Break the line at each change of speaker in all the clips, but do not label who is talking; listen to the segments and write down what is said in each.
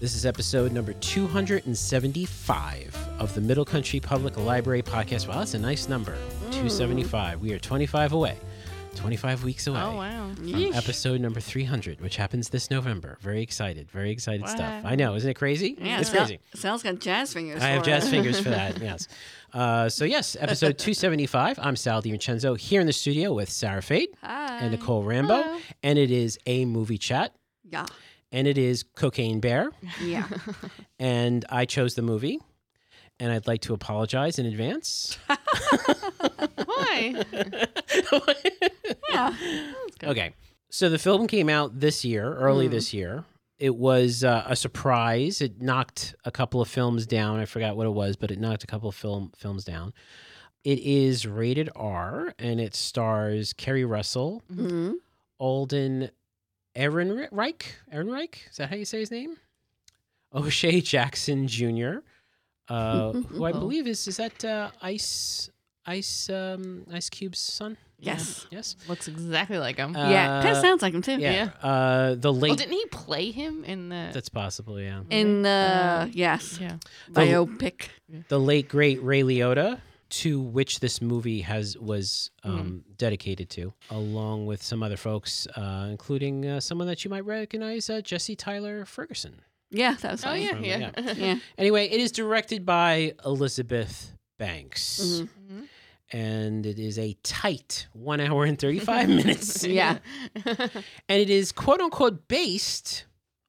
This is episode number 275 of the Middle Country Public Library podcast. Wow, that's a nice number. 275. We are 25 away. 25 weeks away.
Oh wow!
from Episode number 300, which happens this November. Very excited. Very excited
Wow.
stuff. I know. Isn't it crazy?
Yeah,
it's
Sal-
crazy.
Sal's got jazz fingers.
I have
for it.
jazz fingers for that. Yes. Uh, so yes, episode 275. I'm Sal DiVincenzo here in the studio with Sarah Fate
Hi.
and Nicole Rambo,
Hello.
and it is a movie chat,
Yeah,
and it is Cocaine Bear,
yeah.
and I chose the movie, and I'd like to apologize in advance.
Why?
yeah.
Okay. So the film came out this year, early
Mm.
this year. It was uh, a surprise. It knocked a couple of films down. I forgot what it was, but it knocked a couple of film films down. It is rated R, and it stars Kerry Russell,
hmm
Alden Ehrenreich. Ehrenreich is that how you say his name? O'Shea Jackson Jr., uh, who I
Oh.
believe is is that uh, Ice Ice um, Ice Cube's son?
Yes.
Yes.
Looks exactly like him.
yeah. Kind
Uh,
of sounds like him too.
Yeah. Uh, the late.
well, didn't Mm-hmm. he play him in the?
That's possible, yeah.
In the
Uh,
yes
yeah.
biopic.
The late great Ray Liotta, to which this movie has was um,
Mm-hmm.
dedicated to, along with some other folks, uh, including uh, someone that you might recognize, uh, Jesse Tyler Ferguson.
Yeah, that was.
Oh
funny.
yeah,
from-
yeah.
Yeah.
Anyway, it is directed by Elizabeth Banks,
Mhm.
Mhm.
and it is a tight one hour and thirty five minutes,
Yeah.
and it is quote unquote based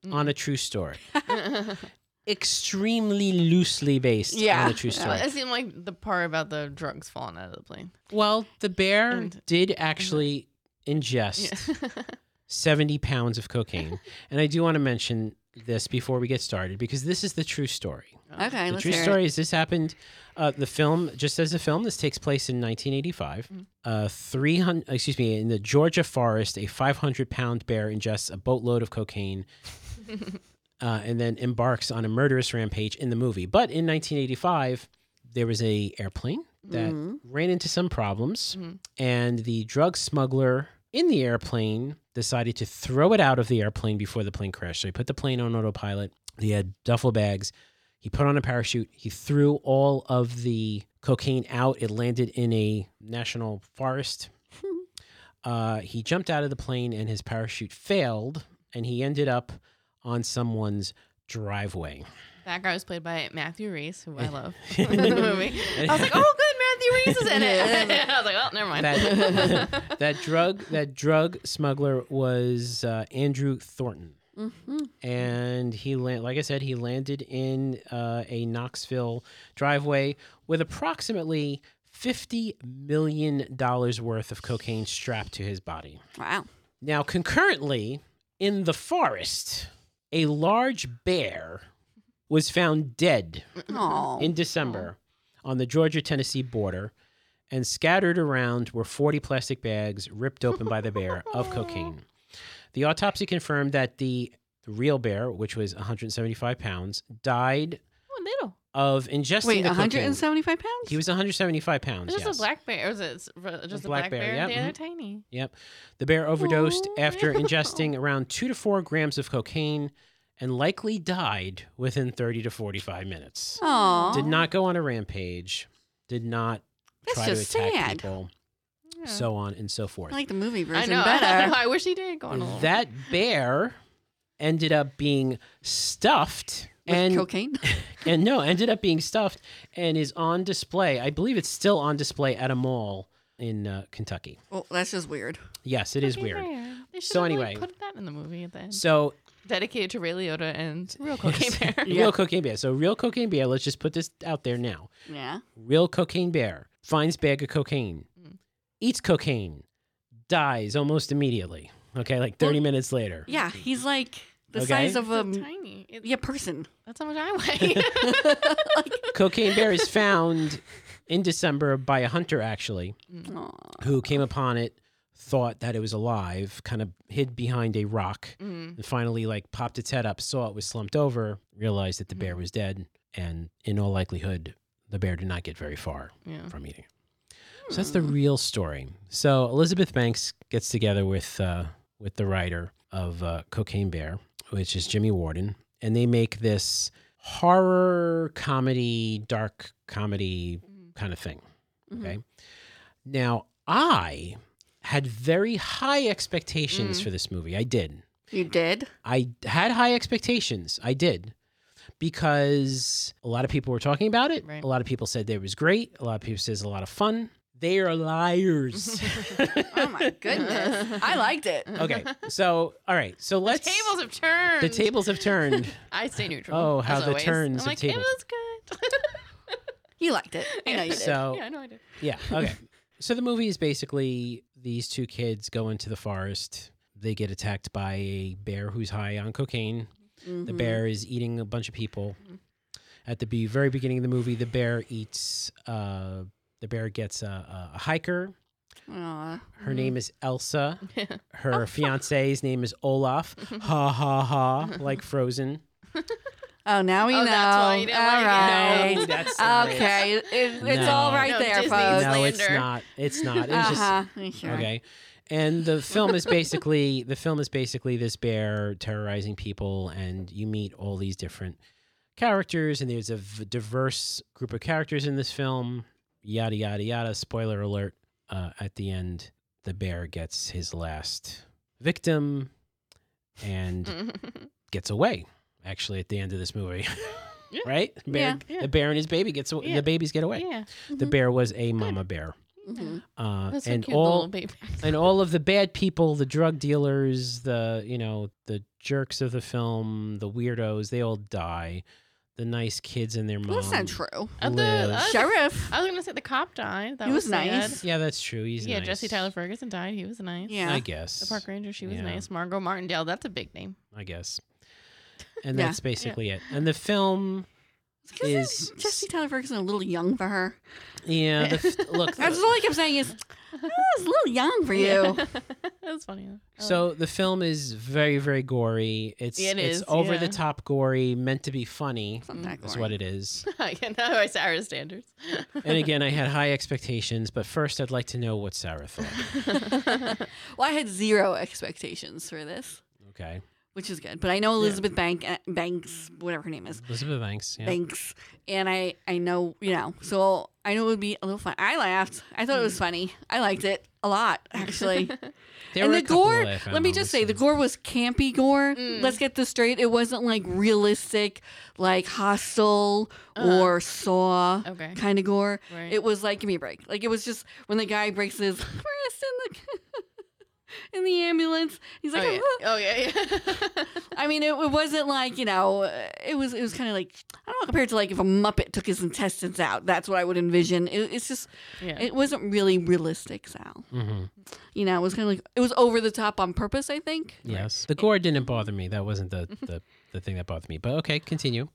Mm.
on a true story, extremely loosely based
Yeah.
on a true
Yeah.
story.
It seemed like the part about the drugs falling out of the plane.
Well, the bear
And- Mm-hmm.
did actually ingest
Yeah.
70 pounds of cocaine. and I do want to mention this before we get started because this is the true story.
Okay,
Oh, the
let's
true
hear
story is this happened, uh, the film, just as a film, this takes place in 1985.
Mm.
Uh, 300, excuse me, in the Georgia forest, a 500 pound bear ingests a boatload of cocaine uh, and then embarks on a murderous rampage in the movie. But in 1985, there was a airplane
it.
that
Mhm.
ran into some problems,
Mhm.
and the drug smuggler in the airplane decided to throw it out of the airplane before the plane crashed. So he put the plane on autopilot. He had duffel bags. He put on a parachute. He threw all of the cocaine out. It landed in a national forest. Uh, he jumped out of the plane, and his parachute failed, and he ended up on someone's driveway.
That guy was played by Matthew Reese, who I love. in the movie.
And-
I was like, oh, good, Matthew Reese is in it. I was like, well, never mind.
that that drug that drug smuggler was uh, Andrew Thornton,
Mhm.
and he land, like I said, he landed in uh, a Knoxville driveway with approximately fifty million dollars worth of cocaine strapped to his body.
Wow.
Now, concurrently in the forest, a large bear was found dead
Oh.
in December on the Georgia Tennessee border, and scattered around were 40 plastic bags ripped open by the bear of cocaine. The autopsy confirmed that the real bear, which was 175 pounds, died
oh, little.
of ingesting
Wait,
the cocaine.
175 pounds?
He was 175 pounds.
It's just
yes.
a black bear. Or is it s- r- just a
black
black,
bear,
bear?
yeah,
The
mhm.
other tiny.
Yep. The bear overdosed
Aw.
after ingesting around two to four grams of cocaine and likely died within 30 to 45 minutes.
Aw.
Did not go on a rampage, did not
That's
try to
just
attack
sad.
people,
Yeah.
so on and so forth.
I like the movie
I
version
know. I, know.
better.
I wish he did go on a little.
that bear ended up being stuffed
With
and
cocaine.
and no, ended up being stuffed and is on display. I believe it's still on display at a mall in uh, Kentucky.
well, that's just weird.
Yes, it is
Okay,
weird.
there. They should
So
have, like,
anyway.
put that in the movie at the end.
So
Dedicated to Ray Liotta and real cocaine bear.
Yeah.
Real cocaine bear. So real cocaine bear. Let's just put this out there now.
Yeah.
Real cocaine bear finds bag of cocaine, eats cocaine, dies almost immediately. Okay, like thirty minutes later.
Yeah. He's like the
Okay.
size of
So
a
tiny. It's,
yeah person.
That's how much I weigh.
Cocaine bear is found in December by a hunter actually,
Aw. Mm-hmm.
who came upon it, thought that it was alive, kind of hid behind a rock,
Mm.
and finally like popped its head up, saw it was slumped over, realized that the bear was dead, and in all likelihood, the bear did not get very far.
Yeah.
from eating it. So that's the real story. So Elizabeth Banks gets together with uh, with the writer of uh, Cocaine Bear, which is Jimmy Warden, and they make this horror comedy, dark comedy
Mm.
kind of thing.
Mhm.
Okay. Now, I had very high expectations
Mm.
for this movie. I did.
You did?
I had high expectations. I did. Because a lot of people were talking about it.
Right.
A lot of people said it was great. A lot of people says a lot of fun. They are liars.
Oh my goodness. I liked it.
okay. So, all right. So let's
tables have turned.
the tables have turned.
I stay neutral.
Oh, how
as
the
always.
turns
I'm
of
like,
tables.
it was good.
You liked it. I know you did.
So
yeah, I know I did.
Yeah. Okay. so the movie is basically these two kids go into the forest. They get attacked by a bear who's high on cocaine. The
Mhm.
bear is eating a bunch of people.
Mm-hmm.
At the be- very beginning of the movie, the bear eats. Uh, the bear gets a, a hiker.
Aw.
Her name is Elsa.
Yeah.
Her
Oh.
fiance's name is Olaf.
Mm-hmm.
ha ha ha! Like Frozen.
Oh, now we
Oh,
know.
that's why you didn't
All
like it.
right.
No, that's not it.
okay. It, it's
No.
all right
No,
there,
Disney's
folks.
No, it's
Slander.
not. It's not. It's just
uh-huh. Sure.
Okay. And the film is basically the film is basically this bear terrorizing people, and you meet all these different characters, and there's a v- diverse group of characters in this film. Yada yada yada. Spoiler alert! Uh, at the end, the bear gets his last victim
Mm.
and gets away. Actually, at the end of this movie,
Yeah.
right? Bear,
Yeah.
The bear and his baby gets away.
Yeah.
the babies get away.
yeah. Mm-hmm.
The bear was a mama bear,
Mhm.
uh,
That's so
and
cute, the
all
little baby.
and all of the bad people the drug dealers the you know the jerks of the film the weirdos they all die the nice kids and their mom
Well, that's not true.
Uh, the-
live.
uh,
Sheriff.
I was gonna say the cop died. That
He was
sad.
nice.
yeah that's true he's
yeah,
nice.
Jesse Tyler Ferguson died. He was nice.
i
Yeah.
guess
The park ranger, she was
Yeah.
nice. Margot Martindale, that's a big name.
i guess and
Yeah.
that's basically it and the film is-
Is Jesse Tyler Ferguson a little young for her?
yeah the f- look
That's
the-
all I kept saying is, oh, it's a little young for you.
that's funny. though. I like
uh, so the film is very very gory it's
It
it's
is,
over
yeah.
the top gory meant to be funny
Sometimes
that's what it is
it. yeah, now I Sarah standards.
and again i had high expectations but first i'd like to know what sarah thought
Well, I had zero expectations for this,
okay
which is good. But I know Elizabeth Bank, uh, Banks, whatever her name is,
elizabeth banks yeah
Banks, and I, I know, you know, so I know it would be a little fun. I laughed. I thought it
Mm.
was funny. I liked it a lot, actually.
There
and
were
the
a couple
gore,
that I found
let me
on
just
this
say, the
list.
gore was campy gore.
Mm.
Let's get this straight. It wasn't like realistic, like hostile
Uh-huh.
or saw
okay.
kind of gore.
Right.
It was like, give me a break. Like it was just when the guy breaks his wrist in the in the ambulance. He's
oh,
like,
yeah.
"Ah."
oh yeah, yeah.
I mean, it, it wasn't like you know, uh, it was it was kind of like I don't know compared to like if a Muppet took his intestines out. That's what I would envision. It, it's just
yeah.
it wasn't really realistic, Sal.
Mhm.
You know, it was kind of like it was over the top on purpose. I think.
Yes. The gore didn't bother me. That wasn't the,
Mm-hmm.
the, the thing that bothered me. But okay, continue.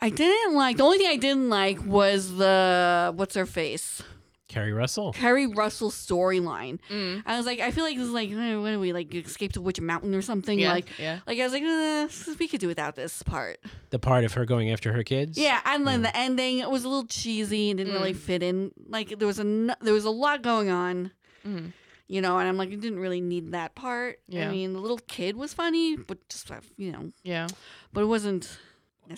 I didn't like the only thing I didn't like was the what's her face
Carrie Russell.
Carrie Russell storyline.
Mm.
I was like, I feel like this is like eh, what do we like escape to Witch Mountain or something
yeah.
like.
yeah.
Like I was like, eh, we could do without this part.
The part of her going after her kids.
Yeah, and then the ending it was a little cheesy and didn't
Mm.
really fit in. Like there was a n- there was a lot going on,
Mm.
you know, and I'm like, I didn't really need that part.
Yeah.
I mean, the little kid was funny, but just uh, you know,
Yeah.
but it wasn't.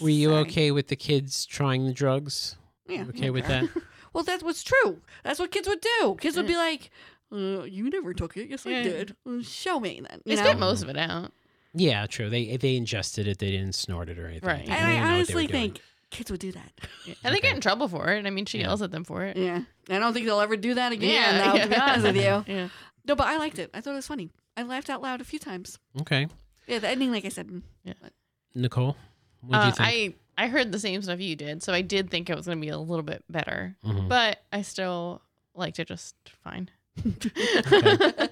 Were you
necessary.
okay with the kids trying the drugs?
Yeah,
Okay with
okay.
that?
Well, that's what's true. That's what kids would do. Kids would be like, uh, "You never took it. Yes, I
Yeah.
did. Uh, Show me then."
They
You know?
spit most of it out.
Yeah, true. They they ingested it. They didn't snort it or anything.
Right.
They didn't know
and
what
I
they
honestly
were doing.
think kids would do that.
Yeah. And they
Okay.
get in trouble for it. I mean, she
Yeah.
yells at them for it.
Yeah, I don't think they'll ever do that again.
Yeah,
though, to be
yeah.
honest with you.
Yeah.
No, but I liked it. I thought it was funny. I laughed out loud a few times.
Okay,
Yeah, the ending, like I said.
Nicole, what do
Uh,
you think?
I I heard the same stuff you did, so I did think it was gonna be a little bit better,
Mhm.
but I still liked it just fine. I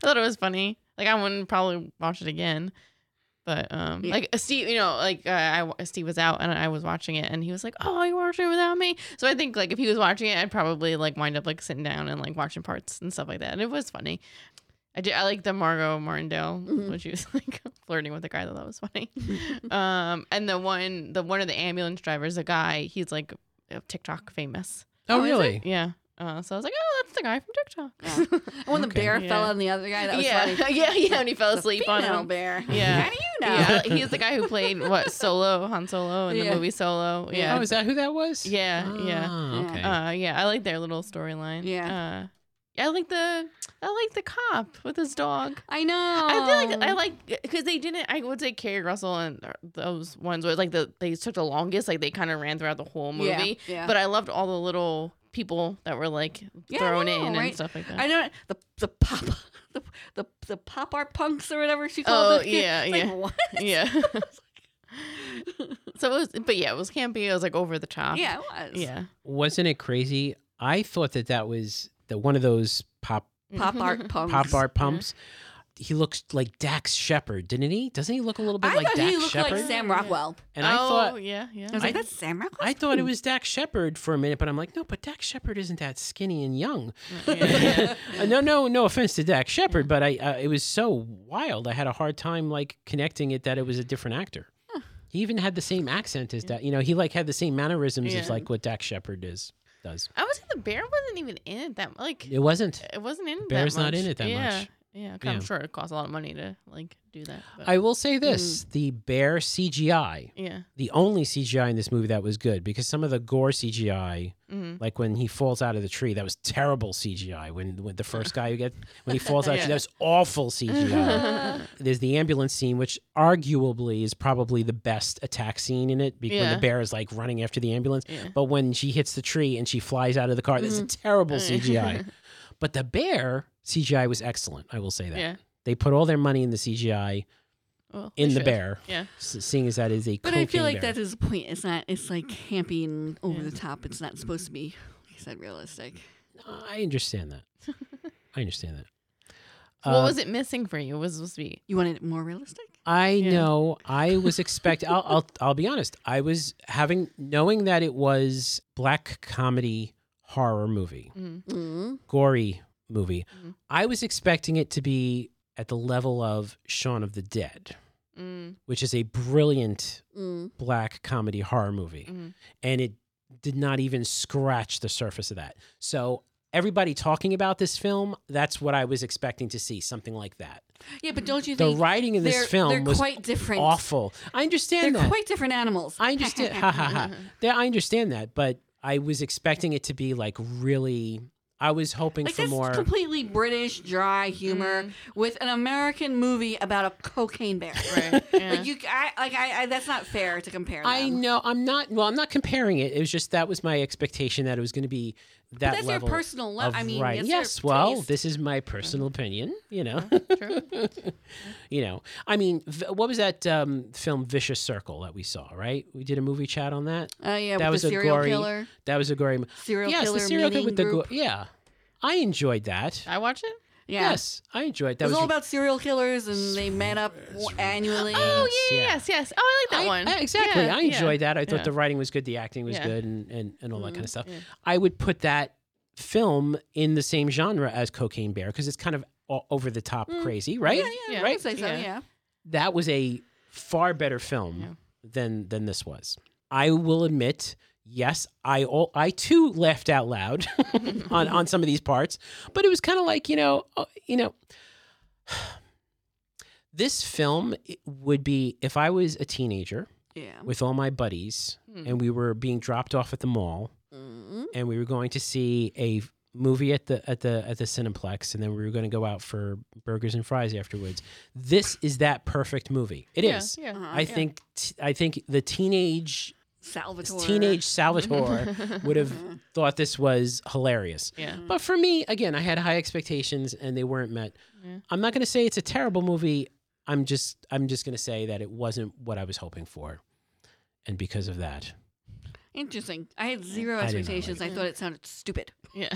thought it was funny. Like I wouldn't probably watch it again, but um,
Yeah.
like uh, Steve, you know, like uh, I Steve was out and I was watching it, and he was like, "Oh, you watching it without me?" So I think like if he was watching it, I'd probably like wind up like sitting down and like watching parts and stuff like that. And it was funny. I did. I like the Margot Martindale
Mhm.
when she was like flirting with the guy. I thought that was funny. um, and the one, the one of the ambulance drivers, the guy, he's like TikTok famous.
oh,
Oh, is it?
really?
Yeah. Uh, so I was like, oh, That's the guy from TikTok.
Yeah. And when the
Okay.
bear fell
Yeah.
on the other guy, that was
yeah,
funny.
yeah, yeah. When he fell
The
asleep on
female
him.
bear.
Yeah.
How do you know?
Yeah, he's the guy who played what Solo, Han Solo, in
Yeah.
the movie Solo. Yeah,
Oh, is that who that was?
yeah, yeah.
Ah,
Yeah.
Okay.
Uh, yeah, I like their little storyline. uh,
Yeah.
I like the I like the cop with his dog.
I know.
I feel like I like because they didn't. I would say Carrie Russell and those ones were like the they took the longest. Like they kind of ran throughout the whole movie.
Yeah, yeah.
But I loved all the little people that were like
Yeah, I
thrown
know,
in
right?
and stuff like that.
I don't the the pop the the, the pop art punks or whatever she
Oh,
called them.
yeah,
It's like,
yeah.
what?
yeah. so it was, but yeah, it was campy. It was like over the top.
Yeah, it was.
Yeah.
Wasn't it crazy? I thought that that was the one of those pop
Pop art punks. Mm-hmm.
pop art pumps. He looks like Dax Shepard, didn't he? Doesn't he look a little bit
I
like
thought
Dax
he looked
Shepard?
like Sam Rockwell.
and I
oh,
thought
yeah, yeah.
I was like,
I-
that's Sam Rockwell.
I thought it was Dax Shepard for a minute, but I'm like, no, but Dax Shepard isn't that skinny and young.
yeah, yeah.
Uh, no, no, no offense to Dax Shepard, but I uh, it was so wild. I had a hard time like connecting it that it was a different actor. He even had the same accent as that. You know, he like had the same mannerisms as
Yeah.
like what Dax Shepard is does.
I would say the bear wasn't even in it that like
It
Uh,
wasn't.
it wasn't in it
Bear's
that much.
not in it that
yeah.
much.
Yeah, 'cause
Yeah.
I'm sure it costs a lot of money to like do that. But,
I will
mm.
say this: the bear CGI,
yeah.
the only CGI in this movie that was good, because some of the gore CGI,
Mm-hmm.
like when he falls out of the tree, that was terrible CGI. When when the first guy who gets when he falls out,
Yeah.
that was awful CGI. there's the ambulance scene, which arguably is probably the best attack scene in it because
Yeah.
the bear is like running after the ambulance.
Yeah.
But when she hits the tree and she flies out of the car, that's a
Mm-hmm.
terrible CGI. but the bear CGI was excellent. I will say that.
Yeah.
They put all their money in the CGI
Well, they
in the
should.
bear,
Yeah.
s- seeing as that is a.
But I feel like
bear.
that is the point. It's not. It's like campy and over
Yeah.
the top. It's not supposed to be. Like I said, realistic.
I understand that. I understand that. Uh, Um,
what was it missing for you? It was supposed to be.
You wanted it more realistic.
I
Yeah.
know. I was expect. I'll, I'll. I'll be honest. I was having knowing that it was black comedy horror movie.
Mm.
Mm.
gory movie.
Mhm.
I was expecting it to be at the level of Shaun of the Dead,
Mm.
which is a brilliant
Mm.
black comedy horror movie.
Mm-hmm.
Mhm.
And it did not even scratch the surface of that. So, everybody talking about this film, that's what I was expecting to see something like that.
Yeah, but don't you
The
think
writing in this
they're,
film
they're
was
quite different?
awful. I
They're
understand that.
quite Mm-hmm. different animals.
I understand. ha ha ha. Yeah, I understand that, but I was expecting it to be like really. I was hoping
Like
for
this
more.
completely British dry humor with an American movie about a cocaine bear.
Right. Yeah.
Like you, I, like I, I, that's not fair to compare.
I
them.
know. I'm not. Well, I'm not comparing it. It was just that was my expectation that it was going to be that
But that's
level.
your personal
of
level. I mean,
writing.
that's your
yes. Well,
taste. Mm-hmm. Uh-huh.
this is my personal opinion. You know.
Oh, True.
you know. I mean, v- what was that um, film Vicious Circle that we saw? Right. We did a movie chat on that.
Oh yeah,
that
with
was
the
a
serial
gory-
killer,
That was a gory. mo-
serial
yes,
killer
the serial killer
meeting
with the
group.
gore. Yeah, I enjoyed that.
I watched it.
yeah.
Yes, I enjoyed that.
it was, all
re-
about serial killers, and they met up w- annually.
Oh
Yes,
yeah,
yeah.
yes, yes. Oh, I like that
I-
one.
I- exactly.
Yeah,
I
yeah.
enjoyed that. I thought
yeah.
the writing was good, the acting was
Yeah. Mm-hmm.
good, and, and, and all that kind of stuff.
yeah.
I would put that film in the same genre as Cocaine Bear because it's kind of o- over the top crazy, right?
yeah, yeah, I
right?
would say so.
Mm. Oh, Yeah.
Yeah,
That was a far better film
Yeah.
than than this was. I will admit, yes, I all, I too laughed out loud on on some of these parts, but it was kind of like you know uh, you know. This film it would be if I was a teenager
yeah.
Mm-hmm.
with all my buddies
Hmm.
and we were being dropped off at the mall
Mm.
and we were going to see a f- movie at the at the at the Cineplex and then we were going to go out for burgers and fries afterwards. This is that perfect movie. It is.
Yeah, yeah.
Uh-huh.
I think t- I think the teenage
Salvatore. Uh-huh.
teenage Salvatore would have thought this was hilarious.
Yeah.
But for me, again, I had high expectations and they weren't met.
Yeah.
I'm not going to say it's a terrible movie. I'm just I'm just going to say that it wasn't what I was hoping for. And because of that,
Interesting. I had
I did not
zero
like
expectations.
it.
I thought it sounded stupid.
Yeah.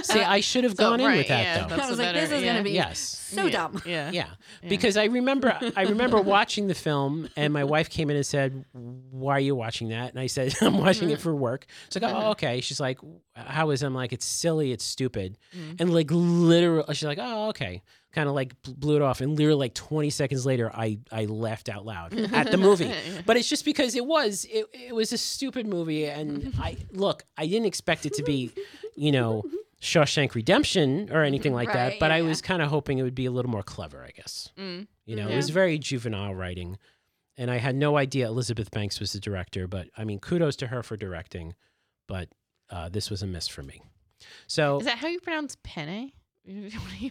See, I should have
Uh, So,
gone in
right,
with that
yeah,
though.
That's
I
the
was like,
better-
this is
yeah.
gonna be
Yes.
so
Yeah,
dumb.
Yeah.
Yeah.
Yeah.
Because I remember I remember watching the film and my wife came in and said, "Why are you watching that?" And I said, "I'm watching
Mm-hmm.
it for work." So I go, "Oh, okay." She's like, "How is?" it?" I'm like, "It's silly, it's stupid."
Mhm.
And like literally she's like, "Oh, okay." Kind of like bl- blew it off and literally like 20 seconds later I I laughed out loud at the movie.
Yeah.
But it's just because it was it, it was a stupid movie and I look, I didn't expect it to be, you know, Shawshank Redemption or anything like that,
Right,
but I
yeah,
was kind of hoping it would be a little more clever, I guess.
Mm.
You know,
Yeah.
it was very juvenile writing. And I had no idea Elizabeth Banks was the director, but I mean, kudos to her for directing. But uh, this was a miss for me. So
Is that how you pronounce penne? when he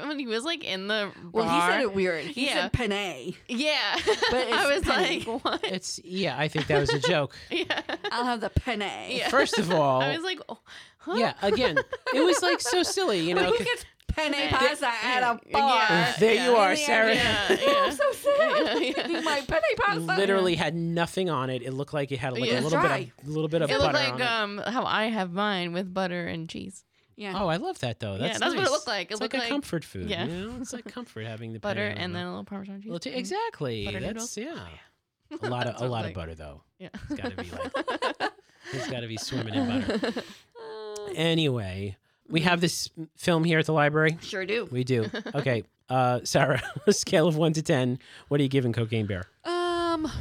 when he was like in the bar.
Well, he said it weird. He
Yeah.
said penne.
Yeah.
But
I was
it's penne.
like, what?
it's, yeah, I think that was a joke.
Yeah.
I'll have the penne.
Yeah.
First of all,
I was like, oh, huh?
yeah, again, it was like so silly, you know.
Who gets penne
Yeah.
pasta at a
Yeah.
bar?
Yeah.
There you are,
Yeah,
Sarah.
Yeah.
I'm
yeah.
so sad.
Yeah, yeah.
My penne pasta.
literally had nothing on it. It looked like it had like
Yeah.
a little bit,
Dry.
of, little bit of
It
butter
looked like
on
um how I have mine with butter and
it.
cheese.
Yeah.
Oh, I love that though. That's
um, yeah, that's what
nice.
it looked like. It
it's
looked
like
like,
a comfort food.
yeah.
Yeah, it's like comfort having the
butter
pan on
and
the-
then a little parmesan cheese.
Well, t-
Mm.
exactly.
Butter
that's
noodles.
yeah. A lot of
That's
a lot
what it's
of
like.
butter though.
Yeah.
It's gotta be like it's gotta be swimming in butter. Uh, Anyway, we have this film here at the library.
Oh.
Sure do.
We do. Okay. Uh, Sarah, a scale of one to ten, what are you giving Cocaine Bear?
Um, I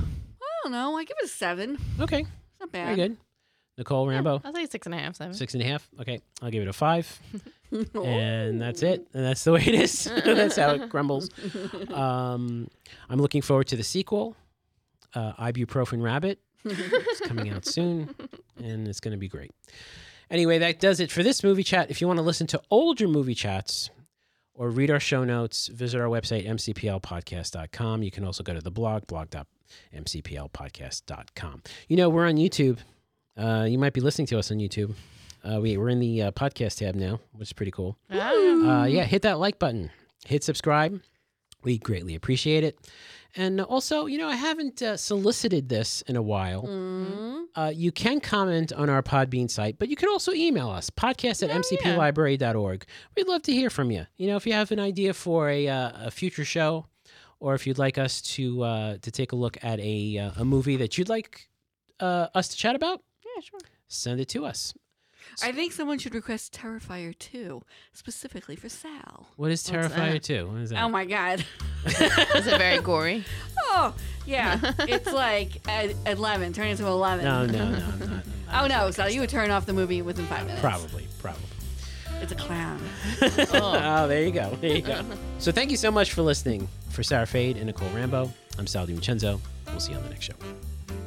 don't know. I give it a seven. It's
Okay,
not
very
bad.
good. Nicole Rambo,
I'll say six and a half, seven.
six and a half. Okay, I'll give it a five.
Ooh.
and that's it. And that's the way it is. that's how it grumbles. Um, I'm looking forward to the sequel, uh, Ibuprofen Rabbit. it's coming out soon, and it's going to be great. Anyway, that does it for this movie chat. If you want to listen to older movie chats or read our show notes, visit our website, mcplpodcast.com. You can also go to the blog, blog.mcplpodcast.com. You know, we're on YouTube. Uh, you might be listening to us on YouTube. Uh, we, we're in the uh, podcast tab now, which is pretty cool.
Ah.
Uh, yeah, hit that like button, hit subscribe. We greatly appreciate it. And also, you know, I haven't uh, solicited this in a while.
Mm-hmm.
Mm.
Uh, you can comment on our Podbean site, but you can also email us, podcast
Oh,
at mcplibrary.org. We'd love to hear from you. You know, if you have an idea for a, uh, a future show, or if you'd like us to uh, to take a look at a, uh, a movie that you'd like uh, us to chat about,
Yeah, sure.
send it to us.
I think someone should request Terrifier 2, specifically for Sal.
What is
What's
Terrifier
that?
2? What is that?
Oh my god.
Is it very gory?
Oh, yeah. it's like a, a lemon, turn into a lemon.
no, no, no, I'm not.
Oh no, Sal, you would turn off the movie within five minutes.
Probably, probably.
It's a clown.
Oh. there you go. There you go. so thank you so much for listening. For Sarah Fade and Nicole Rambo, I'm Sal DiVincenzo. We'll see you on the next show.